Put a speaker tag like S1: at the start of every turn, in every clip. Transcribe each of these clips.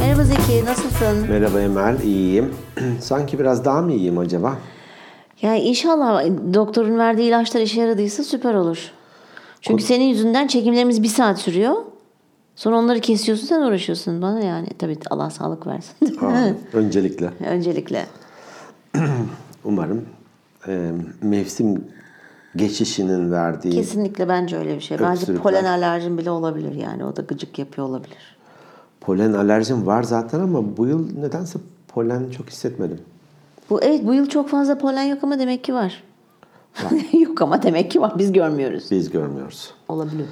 S1: Bey nasılsın?
S2: Merhaba Emel, iyiyim. Sanki biraz daha mı iyiyim acaba?
S1: Ya inşallah doktorun verdiği ilaçlar işe yaradıysa süper olur. Çünkü senin yüzünden çekimlerimiz bir saat sürüyor. Sonra onları kesiyorsun sen uğraşıyorsun bana yani. Tabii Allah sağlık versin.
S2: Aa, öncelikle
S1: Öncelikle.
S2: umarım e, mevsim geçişinin verdiği
S1: Kesinlikle bence öyle bir şey. Bence
S2: Öksürükler.
S1: polen alerjin bile olabilir yani. O da gıcık yapıyor olabilir.
S2: polen alerjim var zaten ama bu yıl nedense polen çok hissetmedim.
S1: Bu evet bu yıl çok fazla polen yok ama demek ki var. yok ama demek ki var. Biz görmüyoruz.
S2: Biz görmüyoruz.
S1: Olabilir.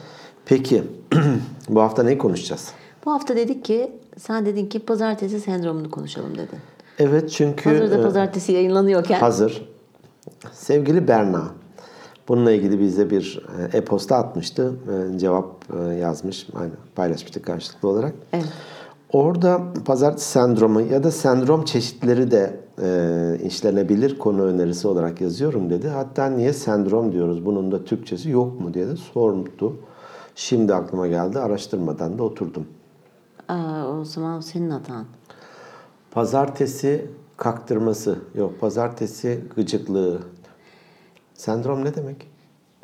S2: Peki bu hafta ne konuşacağız?
S1: Bu hafta dedik ki sen dedin ki pazartesi sendromunu konuşalım dedin.
S2: Evet çünkü
S1: Hazırda
S2: e,
S1: pazartesi yayınlanıyorken
S2: hazır. Sevgili Berna, bununla ilgili bize bir e, e-posta atmıştı. E, Cevap e, yazmış, aynı paylaşmıştık karşılıklı olarak.
S1: Evet.
S2: Orada pazartesi sendromu ya da sendrom çeşitleri de e, işlenebilir konu önerisi olarak yazıyorum dedi. Hatta niye sendrom diyoruz bunun da Türkçesi yok mu diye de sordu. Şimdi aklıma geldi araştırmadan da oturdum.
S1: Aa, o zaman senin hatan.
S2: Pazartesi kaktırması yok pazartesi gıcıklığı. Sendrom ne demek?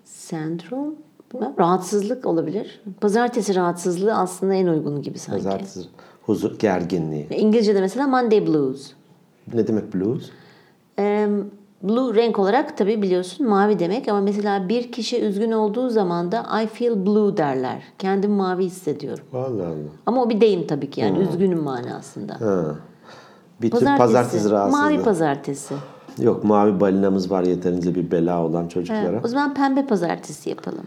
S1: Sendrom bilmem, rahatsızlık olabilir. Pazartesi rahatsızlığı aslında en uygunu gibi sanki.
S2: Pazartesi huzur gerginliği.
S1: İngilizce'de mesela Monday Blues.
S2: Ne demek blues?
S1: Ee, blue renk olarak tabii biliyorsun mavi demek ama mesela bir kişi üzgün olduğu zaman da I feel blue derler. Kendimi mavi hissediyorum.
S2: Vallahi Allah.
S1: Ama o bir deyim tabii ki yani
S2: Hmm.
S1: üzgünüm manasında.
S2: Ha. Bir tür pazartesi rahatsızlığı.
S1: Mavi pazartesi.
S2: Yok mavi balinamız var yeterince bir bela olan çocuklara.
S1: O zaman pembe pazartesi yapalım.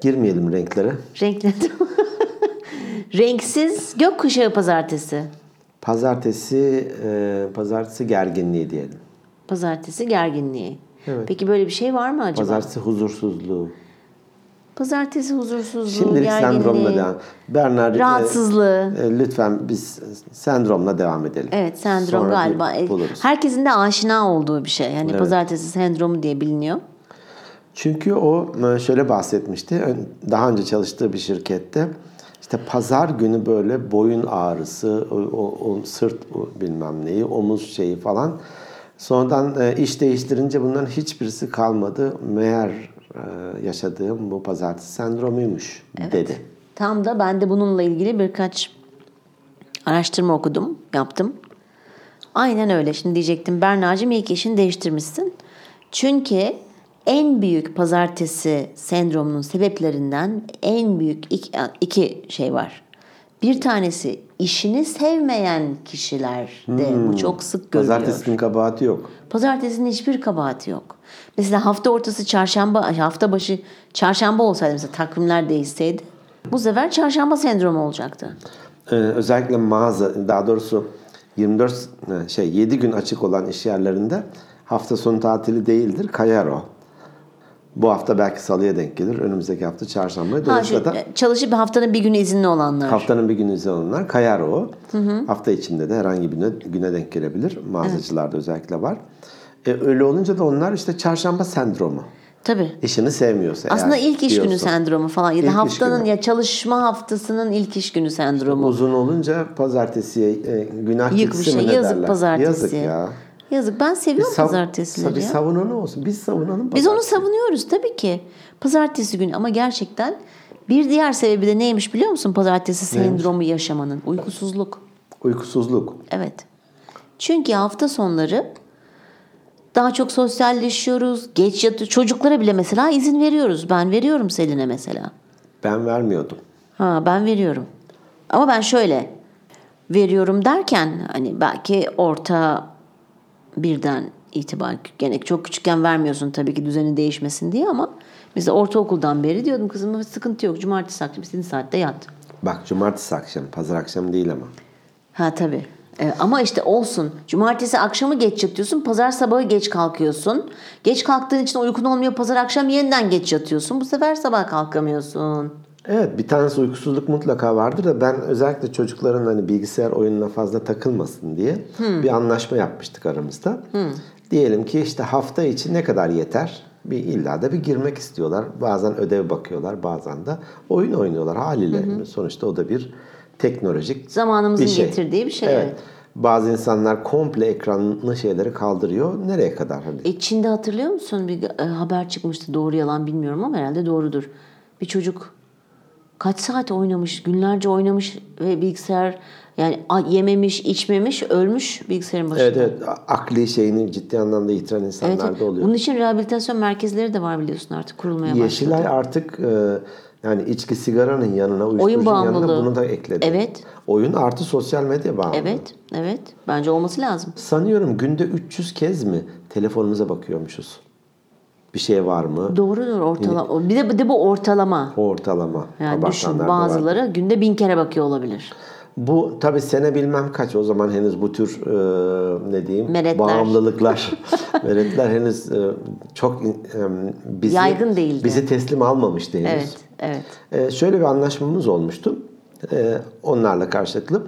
S2: Girmeyelim renklere.
S1: Renkli. Renksiz gökkuşağı pazartesi.
S2: Pazartesi, e, pazartesi gerginliği diyelim.
S1: Pazartesi gerginliği. Peki böyle bir şey var mı acaba?
S2: Pazartesi huzursuzluğu.
S1: Pazartesi huzursuzluğu,
S2: Şimdilik sendromla
S1: gerginliği,
S2: devam. Bernard, e,
S1: rahatsızlığı.
S2: e, lütfen biz sendromla devam edelim.
S1: Evet sendrom
S2: Sonra bir
S1: galiba. E,
S2: Buluruz.
S1: Herkesin de aşina olduğu bir şey. Yani
S2: Evet.
S1: pazartesi sendromu diye biliniyor.
S2: Çünkü o e, şöyle bahsetmişti. Ön- Daha önce çalıştığı bir şirkette işte pazar günü böyle boyun ağrısı, o, o- o sırt o bilmem neyi, omuz şeyi falan. Sonradan e, iş değiştirince bunların hiçbirisi kalmadı. Meğer e, yaşadığım bu pazartesi sendromuymuş dedi.
S1: Tam da ben de bununla ilgili birkaç araştırma okudum, yaptım. Aynen öyle. Şimdi diyecektim Berna'cığım iyi ki işini değiştirmişsin. Çünkü en büyük pazartesi sendromunun sebeplerinden en büyük iki, iki şey var. Bir tanesi işini sevmeyen kişilerde bu çok sık görülüyor.
S2: Pazartesinin kabahati yok.
S1: Pazartesinin hiçbir kabahati yok. Mesela hafta ortası çarşamba, hafta başı çarşamba olsaydı mesela takvimler değişseydi bu sefer çarşamba sendromu olacaktı.
S2: Ee, özellikle mağaza daha doğrusu 24 e, şey 7 gün açık olan iş yerlerinde hafta sonu tatili değildir kayar o. Bu hafta belki salıya denk gelir. Önümüzdeki hafta çarşamba.
S1: Ha, şey, e, şu,
S2: Dolayısıyla da
S1: çalışıp haftanın bir günü izinli olanlar.
S2: haftanın bir günü izin alınan kayar o. Hafta içinde de herhangi bir güne, güne denk gelebilir. Mağazacılarda özellikle var. E, öyle olunca da onlar işte çarşamba sendromu.
S1: Tabii.
S2: İşini sevmiyorsa
S1: Aslında
S2: eğer
S1: ilk iş günü
S2: diyorsun.
S1: sendromu falan ya
S2: İlk
S1: da
S2: iş
S1: haftanın
S2: günü.
S1: ya çalışma haftasının ilk iş günü sendromu.
S2: Uzun olunca pazartesiye e, günah
S1: Yıkmış şey,
S2: keçisi mi ne
S1: yazık
S2: derler?
S1: pazartesi.
S2: Yazık ya.
S1: Yazık. Ben seviyorum
S2: Sav-
S1: pazartesileri.
S2: Bir
S1: ya.
S2: savunanı olsun. Biz savunalım.
S1: Biz onu
S2: pazartesi.
S1: savunuyoruz tabii ki. Pazartesi günü ama gerçekten bir diğer sebebi de neymiş biliyor musun pazartesi sendromu yaşamanın? Uykusuzluk.
S2: Uykusuzluk.
S1: Evet. Çünkü hafta sonları daha çok sosyalleşiyoruz. Geç yatı çocuklara bile mesela izin veriyoruz. Ben veriyorum Selin'e mesela.
S2: Ben vermiyordum.
S1: Ha ben veriyorum. Ama ben şöyle veriyorum derken hani belki orta birden itibaren gene çok küçükken vermiyorsun tabii ki düzeni değişmesin diye ama biz de ortaokuldan beri diyordum kızım sıkıntı yok cumartesi akşamı istediğin saatte yat.
S2: Bak cumartesi akşamı. Pazar akşamı değil ama.
S1: Ha tabii. E, ama işte olsun. Cumartesi akşamı geç yatıyorsun. Pazar sabahı geç kalkıyorsun. Geç kalktığın için uykun olmuyor. Pazar akşam yeniden geç yatıyorsun. Bu sefer sabah kalkamıyorsun.
S2: Evet bir tanesi uykusuzluk mutlaka vardır da ben özellikle çocukların hani bilgisayar oyununa fazla takılmasın diye
S1: Hmm.
S2: bir anlaşma yapmıştık aramızda. Diyelim ki işte hafta içi ne kadar yeter? Bir illa da bir girmek istiyorlar. Bazen ödev bakıyorlar, bazen de oyun oynuyorlar haliyle. Sonuçta o da bir teknolojik
S1: Zamanımızın
S2: bir şey.
S1: getirdiği bir şey. Evet.
S2: Evet. Bazı insanlar komple ekranlı şeyleri kaldırıyor. Nereye kadar hani?
S1: E, Çin'de hatırlıyor musun bir e, haber çıkmıştı doğru yalan bilmiyorum ama herhalde doğrudur. Bir çocuk kaç saat oynamış, günlerce oynamış ve bilgisayar yani a- yememiş, içmemiş, ölmüş bilgisayarın başında.
S2: Evet evet A- akli şeyini ciddi anlamda yitiren
S1: Evet,
S2: insanlar
S1: evet.
S2: da oluyor.
S1: Bunun için rehabilitasyon merkezleri de var biliyorsun artık kurulmaya başladı.
S2: Yeşilay artık e, yani içki sigaranın yanına uyuşturucunun yanına
S1: bağımlılığı.
S2: bunu da ekledi.
S1: Evet.
S2: Oyun artı sosyal medya bağımlılığı.
S1: Evet, evet. Bence olması lazım.
S2: Sanıyorum günde 300 kez mi telefonumuza bakıyormuşuz? Bir şey var mı?
S1: Doğrudur ortalama. Bir de, bir de bu ortalama.
S2: Ortalama.
S1: Yani
S2: abartanlar da
S1: düşün
S2: var.
S1: bazıları günde bin kere bakıyor olabilir.
S2: Bu tabi sene bilmem kaç o zaman henüz bu tür e, ne diyeyim
S1: Meretler.
S2: bağımlılıklar meretler henüz e, çok e, bizi
S1: Yaygın değildi.
S2: bizi teslim almamıştı henüz.
S1: Evet, evet.
S2: E, şöyle bir anlaşmamız olmuştu. E, onlarla karşılıklı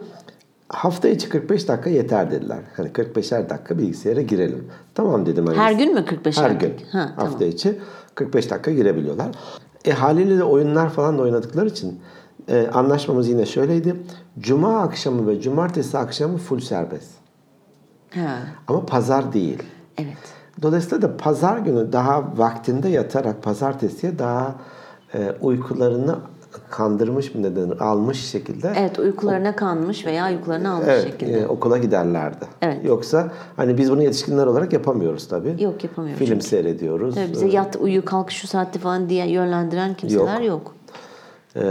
S2: hafta içi 45 dakika yeter dediler. Hani 45'er dakika bilgisayara girelim. Tamam dedim hani
S1: Her gün mü 45
S2: her
S1: er
S2: gün
S1: dakika? Ha, tamam.
S2: hafta içi 45 dakika girebiliyorlar. E haliyle de oyunlar falan da oynadıkları için e, anlaşmamız yine şöyleydi. Cuma akşamı ve cumartesi akşamı full serbest.
S1: Ha,
S2: Ama pazar değil.
S1: evet.
S2: Dolayısıyla da pazar günü daha vaktinde yatarak pazartesiye daha e, uykularını kandırmış mı ne denir almış şekilde
S1: Evet uykularına kanmış veya uykularına almış
S2: evet,
S1: şekilde.
S2: e, okula giderlerdi.
S1: Evet.
S2: Yoksa hani biz bunu yetişkinler olarak yapamıyoruz tabii.
S1: Yok, yapamıyoruz.
S2: Film seyrediyoruz.
S1: Tabii bize yat uyu kalk şu saatte falan diye yönlendiren kimseler yok.
S2: Ee,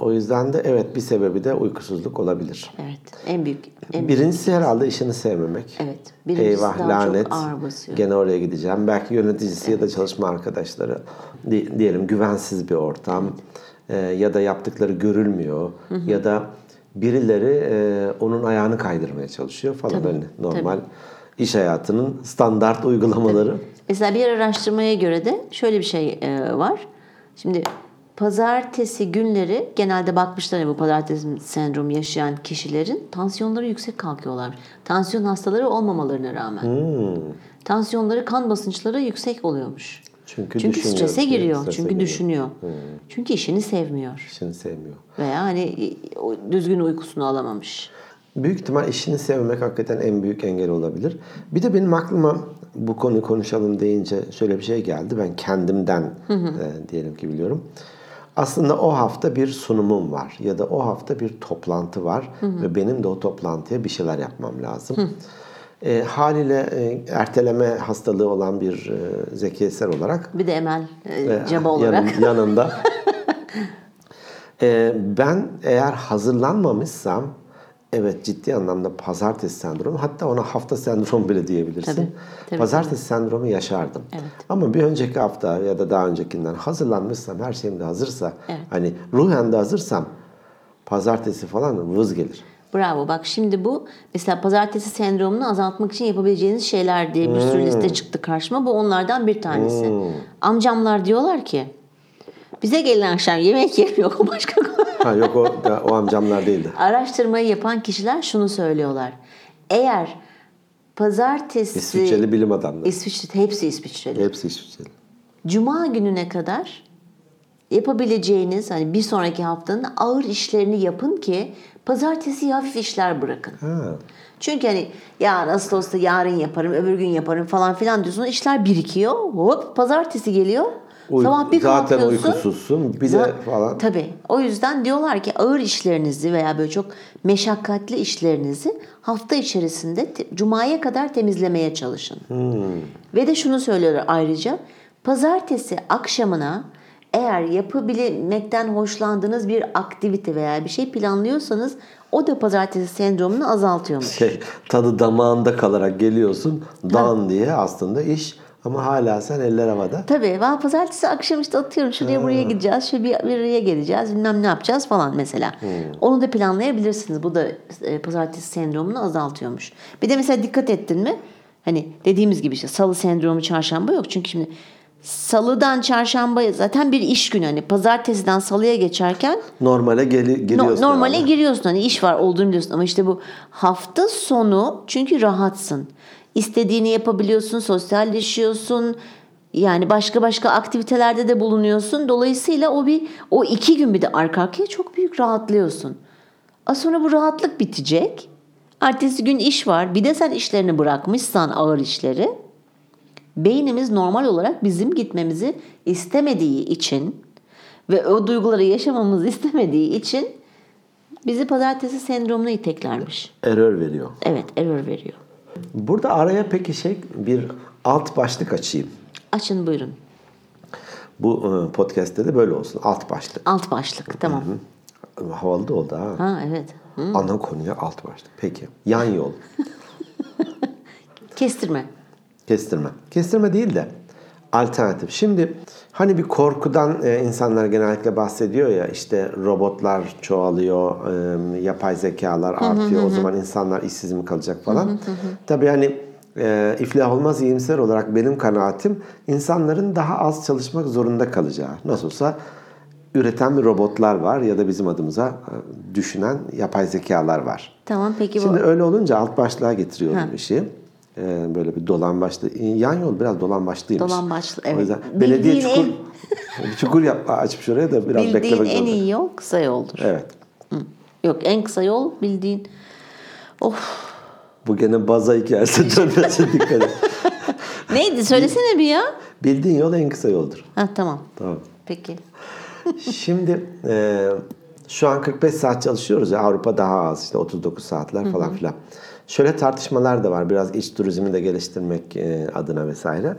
S2: o yüzden de evet bir sebebi de uykusuzluk olabilir.
S1: Evet en büyük. En,
S2: Birincisi herhalde işini sevmemek.
S1: evet birincisi
S2: Eyvah
S1: daha
S2: lanet.
S1: çok ağır basıyor.
S2: Gene oraya gideceğim. Belki yöneticisi ya da çalışma arkadaşları di- diyelim güvensiz bir ortam Ee, ya da yaptıkları görülmüyor ya da birileri e, onun ayağını kaydırmaya çalışıyor falan hani normal iş hayatının standart uygulamaları.
S1: Mesela bir araştırmaya göre de şöyle bir şey e, var. Şimdi pazartesi günleri genelde bakmışlar ya bu pazartesi sendromu yaşayan kişilerin tansiyonları yüksek kalkıyorlar. Tansiyon hastaları olmamalarına rağmen. Tansiyonları, kan basınçları yüksek oluyormuş.
S2: Çünkü
S1: Çünkü
S2: düşünüyor,
S1: strese
S2: çünkü
S1: giriyor.
S2: strese
S1: çünkü
S2: giriyor.
S1: düşünüyor. Çünkü işini sevmiyor.
S2: İşini sevmiyor.
S1: Veya hani e, o düzgün uykusunu alamamış.
S2: Büyük ihtimal işini sevmek hakikaten en büyük engel olabilir. Bir de benim aklıma bu konuyu konuşalım deyince şöyle bir şey geldi. Ben kendimden e, diyelim ki biliyorum. Aslında o hafta bir sunumum var ya da o hafta bir toplantı var ve benim de o toplantıya bir şeyler yapmam lazım. E, haliyle e, erteleme hastalığı olan bir e, zekiyser olarak
S1: Bir de Emel e,
S2: e,
S1: ceba
S2: yan-
S1: olarak.
S2: yanında. E, ben eğer hazırlanmamışsam evet ciddi anlamda pazartesi sendromu hatta ona hafta sendromu bile diyebilirsin.
S1: Tabii, tabii,
S2: pazartesi sendromu yaşardım. Ama bir önceki hafta ya da daha öncekinden hazırlanmışsam her şeyim de hazırsa hani ruhen de hazırsam pazartesi falan vız gelir.
S1: Bravo bak şimdi bu mesela pazartesi sendromunu azaltmak için yapabileceğiniz şeyler diye bir sürü liste çıktı karşıma. Bu onlardan bir tanesi. Amcamlar diyorlar ki bize gelin akşam yemek yemiyor o başka konu.
S2: Ha yok o, o amcamlar değildi.
S1: Araştırmayı yapan kişiler şunu söylüyorlar. Eğer pazartesi
S2: İsviçreli bilim adamları.
S1: İsviçre hepsi İsviçreli.
S2: Hepsi İsviçreli.
S1: Cuma gününe kadar yapabileceğiniz hani bir sonraki haftanın ağır işlerini yapın ki pazartesi hafif işler bırakın.
S2: Ha.
S1: Çünkü hani yarın asıl olsa yarın yaparım, öbür gün yaparım falan filan diyorsun. İşler birikiyor. Hop pazartesi geliyor.
S2: Uy-
S1: Sabah bir
S2: zaten
S1: kalkıyorsun.
S2: uykusuzsun. Bir de
S1: Za-
S2: falan.
S1: Tabii. O yüzden diyorlar ki ağır işlerinizi veya böyle çok meşakkatli işlerinizi hafta içerisinde te- cumaya kadar temizlemeye çalışın.
S2: Hmm.
S1: Ve de şunu söylüyorlar ayrıca. Pazartesi akşamına eğer yapabilmekten hoşlandığınız bir aktivite veya bir şey planlıyorsanız o da pazartesi sendromunu azaltıyormuş.
S2: şey tadı damağında kalarak geliyorsun dan diye aslında iş ama hala sen eller havada.
S1: Tabii ben pazartesi akşam işte atıyorum şuraya buraya gideceğiz, şöyle bir, bir araya geleceğiz, bilmem ne yapacağız falan mesela. Onu da planlayabilirsiniz. Bu da e, pazartesi sendromunu azaltıyormuş. Bir de mesela dikkat ettin mi? Hani dediğimiz gibi işte salı sendromu çarşamba yok. Çünkü şimdi salıdan çarşambaya zaten bir iş günü. Hani pazartesiden salıya geçerken
S2: Normale geli,
S1: no-
S2: giriyorsun.
S1: normale
S2: herhalde.
S1: giriyorsun. Hani iş var olduğunu biliyorsun ama işte bu hafta sonu çünkü rahatsın. İstediğini yapabiliyorsun, sosyalleşiyorsun. Yani başka başka aktivitelerde de bulunuyorsun. Dolayısıyla o bir o iki gün bir de arka arkaya çok büyük rahatlıyorsun. Az sonra bu rahatlık bitecek. Ertesi gün iş var. Bir de sen işlerini bırakmışsan ağır işleri beynimiz normal olarak bizim gitmemizi istemediği için ve o duyguları yaşamamızı istemediği için bizi pazartesi sendromuna iteklermiş.
S2: Error veriyor.
S1: Evet error veriyor.
S2: Burada araya peki şey bir alt başlık açayım.
S1: Açın buyurun.
S2: Bu e, podcast'te de böyle olsun. Alt başlık.
S1: Alt başlık tamam.
S2: Havalı da oldu ha.
S1: Ha evet.
S2: Ana konuya alt başlık. Peki. Yan yol.
S1: Kestirme.
S2: Kestirme. Kestirme değil de alternatif. Şimdi hani bir korkudan e, insanlar genellikle bahsediyor ya işte robotlar çoğalıyor, e, yapay zekalar artıyor. O zaman insanlar işsiz mi kalacak falan. Tabii hani e, iflah olmaz iyimser olarak benim kanaatim insanların daha az çalışmak zorunda kalacağı. Nasıl olsa üreten bir robotlar var ya da bizim adımıza e, düşünen yapay zekalar var.
S1: Tamam peki bu
S2: Şimdi öyle olunca alt başlığa getiriyorum işi. Ee, böyle bir dolan başlı. Yan yol biraz dolan başlıymış.
S1: Dolan başlı, evet.
S2: O yüzden
S1: Bildiğin
S2: belediye çukur, bir çukur yap, açmış oraya da biraz
S1: bildiğin
S2: beklemek
S1: en
S2: zorunda.
S1: iyi yol kısa yoldur.
S2: Evet.
S1: Hı. Yok en kısa yol bildiğin. Of
S2: Bu gene baza hikayesi dönmesi dikkat et.
S1: neydi söylesene bir ya.
S2: Bildiğin yol en kısa yoldur.
S1: Ha tamam.
S2: Tamam.
S1: Peki.
S2: Şimdi e, şu an 45 saat çalışıyoruz ya Avrupa daha az işte 39 saatler falan filan. Şöyle tartışmalar da var biraz iç turizmi de geliştirmek e, adına vesaire.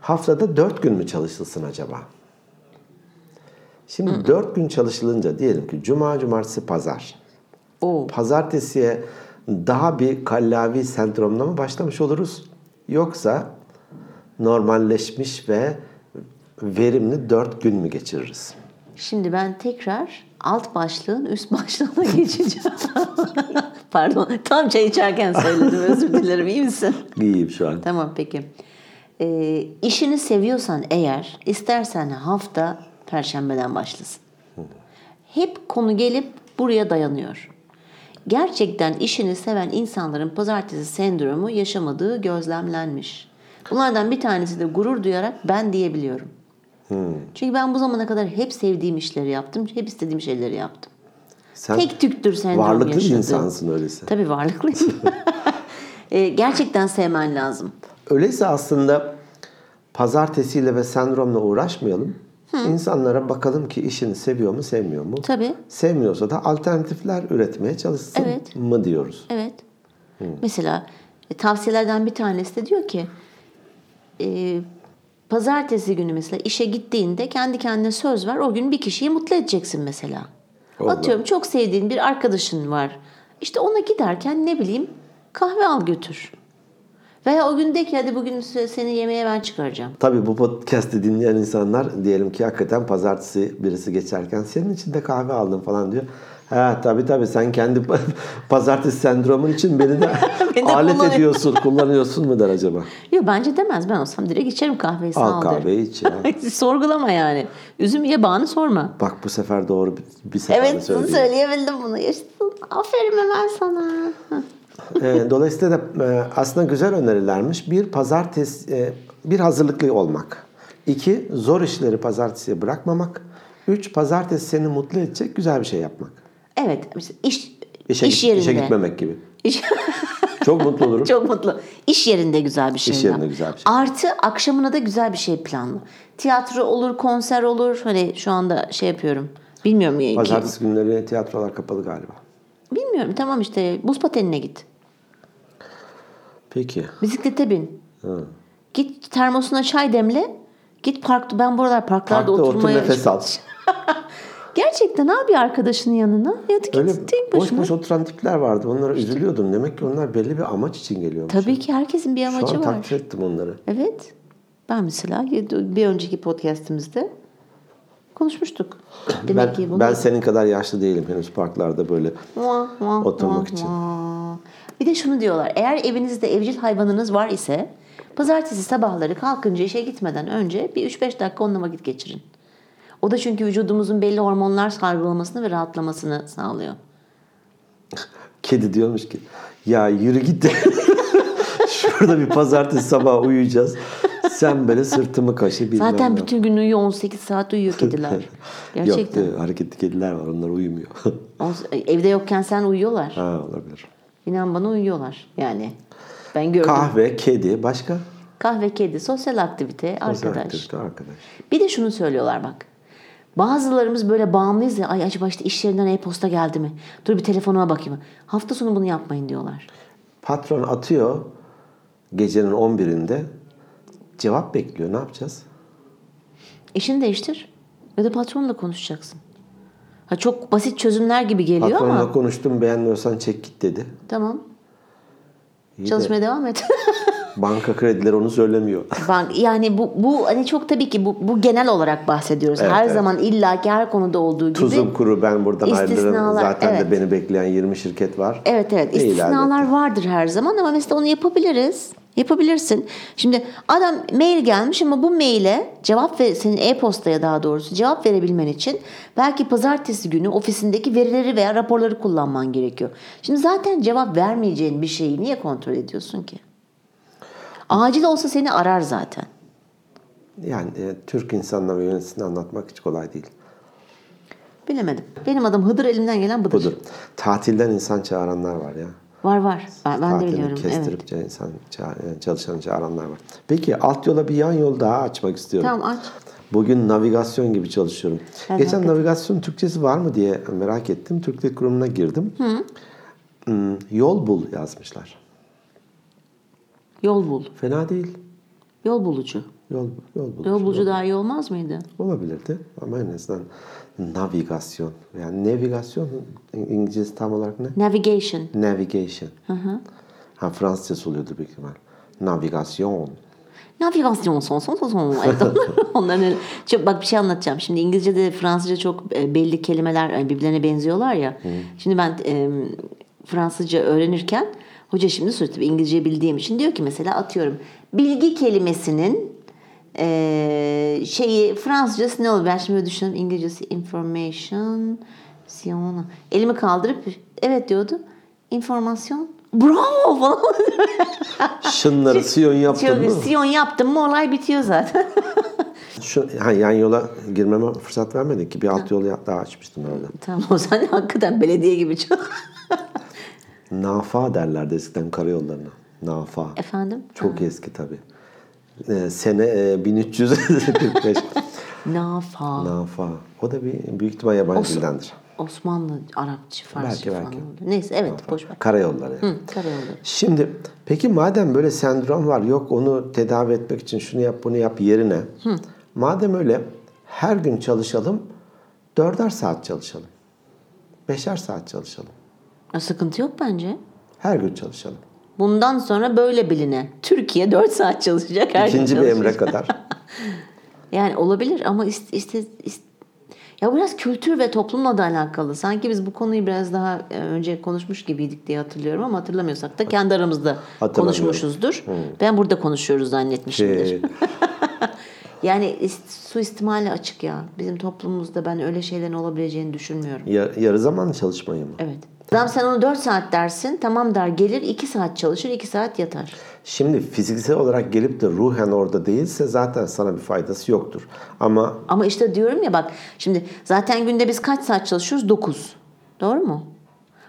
S2: Haftada 4 gün mü çalışılsın acaba? Şimdi 4 gün çalışılınca diyelim ki cuma, cumartesi, pazar.
S1: Oo.
S2: Pazartesiye daha bir kallavi sendromla mı başlamış oluruz? Yoksa normalleşmiş ve verimli 4 gün mü geçiririz?
S1: Şimdi ben tekrar alt başlığın üst başlığına geçeceğim. Pardon. Tam çay içerken söyledim. Özür dilerim. İyi misin?
S2: İyiyim şu an.
S1: Tamam peki. Ee, işini seviyorsan eğer istersen hafta perşembeden başlasın. Hep konu gelip buraya dayanıyor. Gerçekten işini seven insanların pazartesi sendromu yaşamadığı gözlemlenmiş. Bunlardan bir tanesi de gurur duyarak ben diyebiliyorum.
S2: Hmm.
S1: Çünkü ben bu zamana kadar hep sevdiğim işleri yaptım, hep istediğim şeyleri yaptım.
S2: Sen
S1: Tek tüktür sendromu
S2: varlıklı bir
S1: yaşadım.
S2: insansın öyleyse.
S1: Tabii varlıklıyım. Ee, gerçekten sevmen lazım.
S2: Öyleyse aslında pazartesiyle ve sendromla uğraşmayalım. İnsanlara bakalım ki işini seviyor mu sevmiyor mu?
S1: Tabii.
S2: Sevmiyorsa da alternatifler üretmeye çalışsın
S1: Evet.
S2: mı diyoruz.
S1: Evet. Mesela e, tavsiyelerden bir tanesi de diyor ki e, pazartesi günü mesela işe gittiğinde kendi kendine söz ver o gün bir kişiyi mutlu edeceksin mesela.
S2: Oldu.
S1: Atıyorum çok sevdiğin bir arkadaşın var. İşte ona giderken ne bileyim kahve al götür. Veya o gün de ki hadi bugün se- seni yemeğe ben çıkaracağım.
S2: Tabii bu podcast'i dinleyen insanlar diyelim ki hakikaten pazartesi birisi geçerken senin için de kahve aldım falan diyor. Ha tabii tabii sen kendi pazartesi sendromun için beni de
S1: Beni de
S2: alet
S1: kullanıyor.
S2: ediyorsun, kullanıyorsun mu der acaba?
S1: Yok bence demez ben olsam direkt içerim kahveyi sağ
S2: Al
S1: ol derim.
S2: kahveyi iç ya.
S1: Sorgulama yani. Üzüm ye bağını sorma.
S2: Bak bu sefer doğru bir, bir sefer de
S1: Evet
S2: söyledim.
S1: söyleyebildim bunu. Yaşasın. Aferin hemen sana. Hı.
S2: Ee, dolayısıyla da e, aslında güzel önerilermiş. Bir pazartesi e, bir hazırlıklı olmak. İki zor işleri pazartesiye bırakmamak. Üç pazartesi seni mutlu edecek güzel bir şey yapmak.
S1: Evet mesela iş,
S2: İşe,
S1: iş
S2: git-
S1: yerinde.
S2: işe gitmemek gibi.
S1: İş-
S2: Çok mutlu olurum.
S1: Çok mutlu. İş yerinde güzel bir şey
S2: İş
S1: yap.
S2: yerinde güzel bir şey.
S1: Artı akşamına da güzel bir şey planla. Tiyatro olur, konser olur. Hani şu anda şey yapıyorum. Bilmiyorum ya.
S2: Pazartesi günleri tiyatrolar kapalı galiba.
S1: Bilmiyorum tamam işte buz patenine git.
S2: Peki.
S1: Bisiklete bin. Git termosuna çay demle. Git parkta ben buralar parklarda
S2: Parkta otur
S1: oturmaya.
S2: nefes al.
S1: Gerçekten al bir arkadaşının yanına. Yat git
S2: Öyle
S1: tek
S2: boş
S1: başına.
S2: boş oturan tipler vardı. Onlara üzülüyordum. Demek ki onlar belli bir amaç için geliyormuş.
S1: Tabii ki herkesin bir
S2: Şu
S1: amacı
S2: an
S1: var.
S2: takdir ettim onları.
S1: Evet. Ben mesela bir önceki podcastimizde konuşmuştuk. Demek
S2: Ben,
S1: ki bunu...
S2: ben senin kadar yaşlı değilim henüz parklarda böyle.
S1: Vah, vah,
S2: oturmak
S1: vah,
S2: için.
S1: vah. Bir de şunu diyorlar. Eğer evinizde evcil hayvanınız var ise pazartesi sabahları kalkınca işe gitmeden önce bir 3-5 dakika onunla vakit geçirin. O da çünkü vücudumuzun belli hormonlar salgılamasını ve rahatlamasını sağlıyor.
S2: Kedi diyormuş ki ya yürü git de şurada bir pazartesi sabah uyuyacağız. Sen böyle sırtımı kaşı bilmem
S1: Zaten
S2: ne.
S1: bütün gün uyuyor 18 saat uyuyor kediler.
S2: Yok
S1: Gerçekten.
S2: diyor, hareketli kediler var onlar uyumuyor.
S1: On- Evde yokken sen uyuyorlar.
S2: ha olabilir.
S1: İnan bana uyuyorlar yani. Ben gördüm.
S2: Kahve, kedi, başka?
S1: Kahve, kedi, sosyal aktivite,
S2: Sosyal
S1: arkadaş.
S2: aktivite, Arkadaş.
S1: Bir de şunu söylüyorlar bak. Bazılarımız böyle bağımlıyız ya. Ay acaba işte iş yerinden e-posta geldi mi? Dur bir telefonuma bakayım. Hafta sonu bunu yapmayın diyorlar.
S2: Patron atıyor gecenin 11'inde cevap bekliyor. Ne yapacağız?
S1: İşini değiştir. Ya da patronla konuşacaksın. Ha çok basit çözümler gibi geliyor
S2: Patronla
S1: ama.
S2: konuştum beğenmiyorsan çek git dedi.
S1: Tamam.
S2: İyi de
S1: Çalışmaya devam et.
S2: Banka kredileri onu söylemiyor.
S1: Bank yani bu bu hani çok tabii ki bu, bu genel olarak bahsediyoruz.
S2: Evet,
S1: her
S2: evet.
S1: zaman illaki her konuda olduğu gibi.
S2: Tuzum kuru ben buradan ayrılırım.
S1: İstisnalar,
S2: Zaten
S1: evet.
S2: de beni bekleyen 20 şirket var.
S1: Evet evet
S2: Değil
S1: istisnalar vardır her zaman ama mesela onu yapabiliriz. Yapabilirsin. Şimdi adam mail gelmiş ama bu maile cevap ve senin e-postaya daha doğrusu cevap verebilmen için belki pazartesi günü ofisindeki verileri veya raporları kullanman gerekiyor. Şimdi zaten cevap vermeyeceğin bir şeyi niye kontrol ediyorsun ki? Acil olsa seni arar zaten.
S2: Yani e, Türk insanına ve yöneticisine anlatmak hiç kolay değil.
S1: Bilemedim. Benim adım Hıdır elimden gelen bıdır.
S2: Budur. Tatilden insan çağıranlar var ya.
S1: Var var. Ben, ben de
S2: Tatilini
S1: biliyorum. Evet.
S2: kestirip ça- insan ça- yani çalışan çağıranlar var. Peki alt yola bir yan yol daha açmak istiyorum.
S1: Tamam aç.
S2: Bugün navigasyon gibi çalışıyorum.
S1: Evet,
S2: Geçen
S1: hakikaten.
S2: navigasyon Türkçesi var mı diye merak ettim. Türk Dil Kurumu'na girdim. Hmm, yol bul yazmışlar.
S1: Yol bul.
S2: Fena değil.
S1: Yol bulucu.
S2: Yol, yol bul.
S1: Yol bulucu daha iyi olmaz mıydı?
S2: Olabilirdi ama en azından navigasyon. Yani navigasyon İng- İngilizcesi tam olarak ne?
S1: Navigation.
S2: Navigation. Ha Fransızcası oluyordu büyük ihtimal. Navigasyon.
S1: Navigasyon son son son son. Evet, onlar- Onların öyle- Çok, bak bir şey anlatacağım. Şimdi İngilizce'de Fransızca çok e, belli kelimeler e, birbirlerine benziyorlar ya. Şimdi ben e, Fransızca öğrenirken hoca şimdi sözü tabii İngilizce bildiğim için diyor ki mesela atıyorum bilgi kelimesinin e, şeyi Fransızcası ne olur? Ben şimdi böyle düşünüyorum İngilizcesi information siyona. Elimi kaldırıp evet diyordu. Informasyon. Bravo falan.
S2: Şınları siyon yaptın mı?
S1: Siyon yaptım mı olay bitiyor zaten.
S2: Şu, ha, yan yola girmeme fırsat vermedin ki. Bir alt yolu ya- daha açmıştım orada.
S1: Tamam o zaman hakikaten belediye gibi çok.
S2: Nafa derlerdi eskiden karayollarına. Nafa.
S1: Efendim?
S2: Çok eski tabii. Ee, sene e, 1345.
S1: Nafa.
S2: Nafa. O da bir büyük ihtimal yabancı dildendir.
S1: Osmanlı, Arapçı, Farsça
S2: Belki,
S1: falan.
S2: belki.
S1: oldu. Neyse evet boş ver.
S2: Karayolları.
S1: Hı, Karayolu.
S2: Şimdi peki madem böyle sendrom var yok onu tedavi etmek için şunu yap bunu yap yerine. Madem öyle her gün çalışalım dörder saat çalışalım. Beşer saat çalışalım.
S1: Ya, sıkıntı yok bence.
S2: Her gün çalışalım.
S1: Bundan sonra böyle biline. Türkiye 4 saat çalışacak her gün
S2: İkinci bir
S1: çalışacak.
S2: emre kadar.
S1: Yani olabilir ama is- işte is- ya biraz kültür ve toplumla da alakalı. Sanki biz bu konuyu biraz daha e, önce konuşmuş gibiydik diye hatırlıyorum ama hatırlamıyorsak da kendi aramızda
S2: Hatırlamıyorum.
S1: konuşmuşuzdur. Ben burada konuşuyoruz zannetmişimdir.
S2: Ee,
S1: Yani ist- suistimale açık ya. Bizim toplumumuzda ben öyle şeylerin olabileceğini düşünmüyorum.
S2: Ee, ya- yarı zamanlı çalışmayı mı?
S1: Evet. Adam sen onu 4 saat dersin tamam der gelir 2 saat çalışır 2 saat yatar.
S2: Şimdi fiziksel olarak gelip de ruhen orada değilse zaten sana bir faydası yoktur. Ama
S1: Ama işte diyorum ya bak şimdi zaten günde biz kaç saat çalışıyoruz? 9. Doğru mu?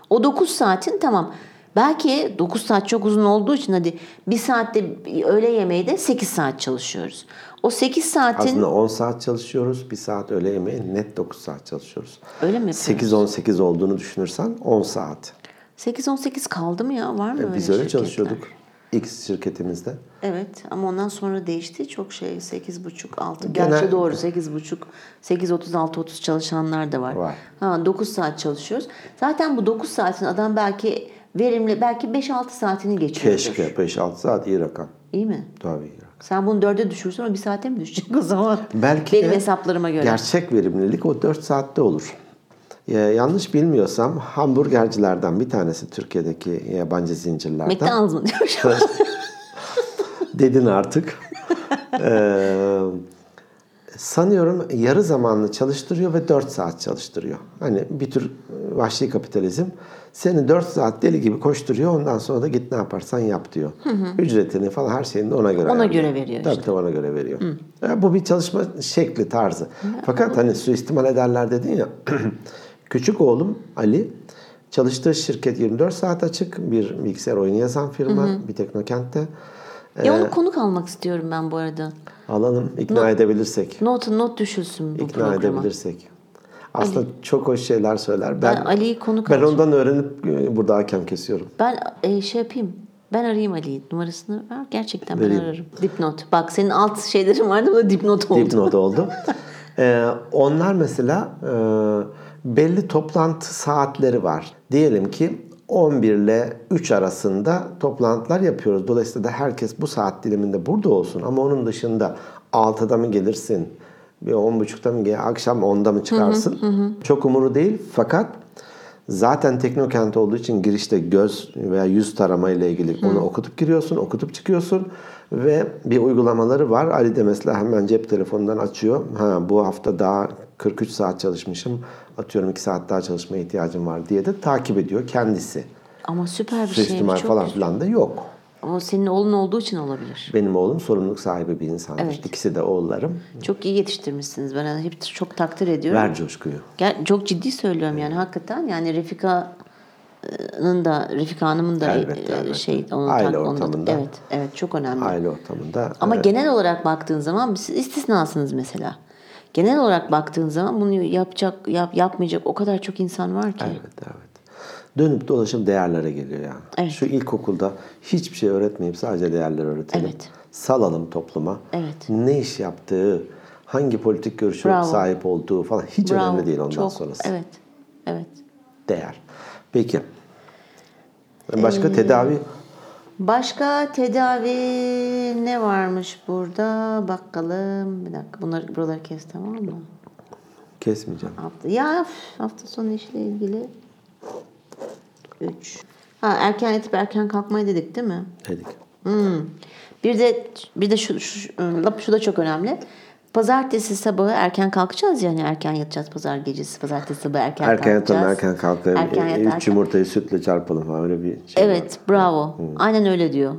S1: O 9 saatin tamam. Belki 9 saat çok uzun olduğu için hadi bir saatte bir öğle yemeği de 8 saat çalışıyoruz. O 8 saatin
S2: aslında 10 saat çalışıyoruz, 1 saat öğle yemeği, net 9 saat çalışıyoruz.
S1: öyle mi?
S2: 8-18 olduğunu düşünürsen 10 saat.
S1: 8-18 kaldı mı ya? Var mı öyle
S2: E, Biz öyle
S1: şirketler?
S2: çalışıyorduk X şirketimizde.
S1: Evet ama ondan sonra değişti çok şey 8.5 6
S2: Genel-
S1: gerçi doğru 8.5 8.30 6.30 çalışanlar da var.
S2: Var.
S1: Ha 9 saat çalışıyoruz. Zaten bu 9 saatin adam belki verimli belki 5-6 saatini geçiyordur.
S2: Keşke 5-6 saat iyi rakam.
S1: İyi mi?
S2: Tabii iyi rakam.
S1: Sen bunu 4'e düşürsen o 1 saate mi düşecek o zaman?
S2: Belki
S1: Benim
S2: de
S1: hesaplarıma göre.
S2: Gerçek verimlilik o 4 saatte olur. Ee, yanlış bilmiyorsam hamburgercilerden bir tanesi Türkiye'deki yabancı zincirlerden.
S1: McDonald's mı diyor?
S2: Dedin artık. Ee, sanıyorum yarı zamanlı çalıştırıyor ve 4 saat çalıştırıyor. Hani bir tür vahşi kapitalizm seni 4 saat deli gibi koşturuyor ondan sonra da git ne yaparsan yap diyor. Ücretini falan her şeyini de ona göre
S1: Ona
S2: ayarlıyor.
S1: göre veriyor
S2: Tabii tabii ona göre veriyor. Ya bu bir çalışma şekli tarzı. Fakat hani suistimal ederler dedin ya. Küçük oğlum Ali Çalıştığı şirket 24 saat açık. Bir bilgisayar oyunu yazan firma. Bir teknokentte.
S1: Ya onu konuk almak istiyorum ben bu arada.
S2: Alalım. ikna edebilirsek.
S1: Not not düşülsün bu
S2: İkna
S1: programa.
S2: edebilirsek. Aslında çok hoş şeyler söyler.
S1: Ben
S2: Ben,
S1: Ali'yi konuk
S2: ben
S1: alacağım.
S2: ondan öğrenip e, burada hakem kesiyorum.
S1: Ben e, şey yapayım. Ben arayayım Ali'yi. Numarasını ver. Gerçekten ben
S2: Vereyim.
S1: ararım. Dipnot. Bak senin alt şeylerin vardı ama dipnot oldu.
S2: Dipnot oldu. Ee, onlar mesela e, belli toplantı saatleri var. Diyelim ki 11 ile 3 arasında toplantılar yapıyoruz. Dolayısıyla da herkes bu saat diliminde burada olsun. Ama onun dışında 6'da mı gelirsin? Bir 10.30'da mı gel? Akşam 10'da mı çıkarsın? Çok umuru değil. Fakat Zaten teknokent olduğu için girişte göz veya yüz tarama ile ilgili bunu okutup giriyorsun, okutup çıkıyorsun ve bir uygulamaları var. Ali de mesela hemen cep telefonundan açıyor. Ha bu hafta daha 43 saat çalışmışım. Atıyorum 2 saat daha çalışmaya ihtiyacım var diye de takip ediyor kendisi.
S1: Ama süper bir
S2: Suistimal
S1: şey. Çok
S2: falan
S1: güzel.
S2: filan da yok.
S1: Ama senin oğlun olduğu için olabilir.
S2: Benim oğlum sorumluluk sahibi bir insandır.
S1: Evet.
S2: İkisi de oğullarım.
S1: Çok iyi yetiştirmişsiniz. Ben hep çok takdir ediyorum.
S2: Ver coşkuyu.
S1: Gel, çok ciddi söylüyorum yani hakikaten. Yani Refika'nın da Refika Hanım'ın da
S2: Elbette,
S1: e,
S2: elbette.
S1: şey onun
S2: Aile
S1: tak- onun da-
S2: ortamında.
S1: evet, evet çok önemli.
S2: Aile ortamında.
S1: Ama
S2: e,
S1: genel olarak baktığın zaman siz istisnasınız mesela. Genel olarak baktığın zaman bunu yapacak yap, yapmayacak o kadar çok insan var ki.
S2: Evet, evet. Dönüp dolaşıp değerlere geliyor yani.
S1: Evet.
S2: Şu ilkokulda hiçbir şey öğretmeyip sadece değerler öğretelim.
S1: Evet.
S2: Salalım topluma.
S1: Evet.
S2: Ne iş yaptığı, hangi politik görüşe
S1: Bravo.
S2: sahip olduğu falan hiç
S1: Bravo,
S2: önemli değil ondan
S1: çok,
S2: sonrası.
S1: Evet. Evet.
S2: Değer. Peki.
S1: Ee,
S2: Başka tedavi
S1: Başka tedavi ne varmış burada? Bakalım. Bir dakika. Bunları buraları kes tamam mı?
S2: kesmeyeceğim.
S1: Hafta, ya üf, hafta sonu işle ilgili 3. Ha erken yatıp erken kalkmayı dedik değil mi?
S2: Dedik.
S1: Hmm. Bir de bir de şu, şu, ıı, şu- şu da çok önemli. Pazartesi sabahı erken kalkacağız yani erken yatacağız pazar gecesi pazartesi sabahı erken,
S2: Erken
S1: kalkacağız.
S2: yatalım, erken kalkalım.
S1: Erken
S2: E,
S1: yat,
S2: üç
S1: erken-
S2: yumurtayı sütle çarpalım falan öyle bir şey. var.
S1: Evet bravo. Aynen öyle diyor.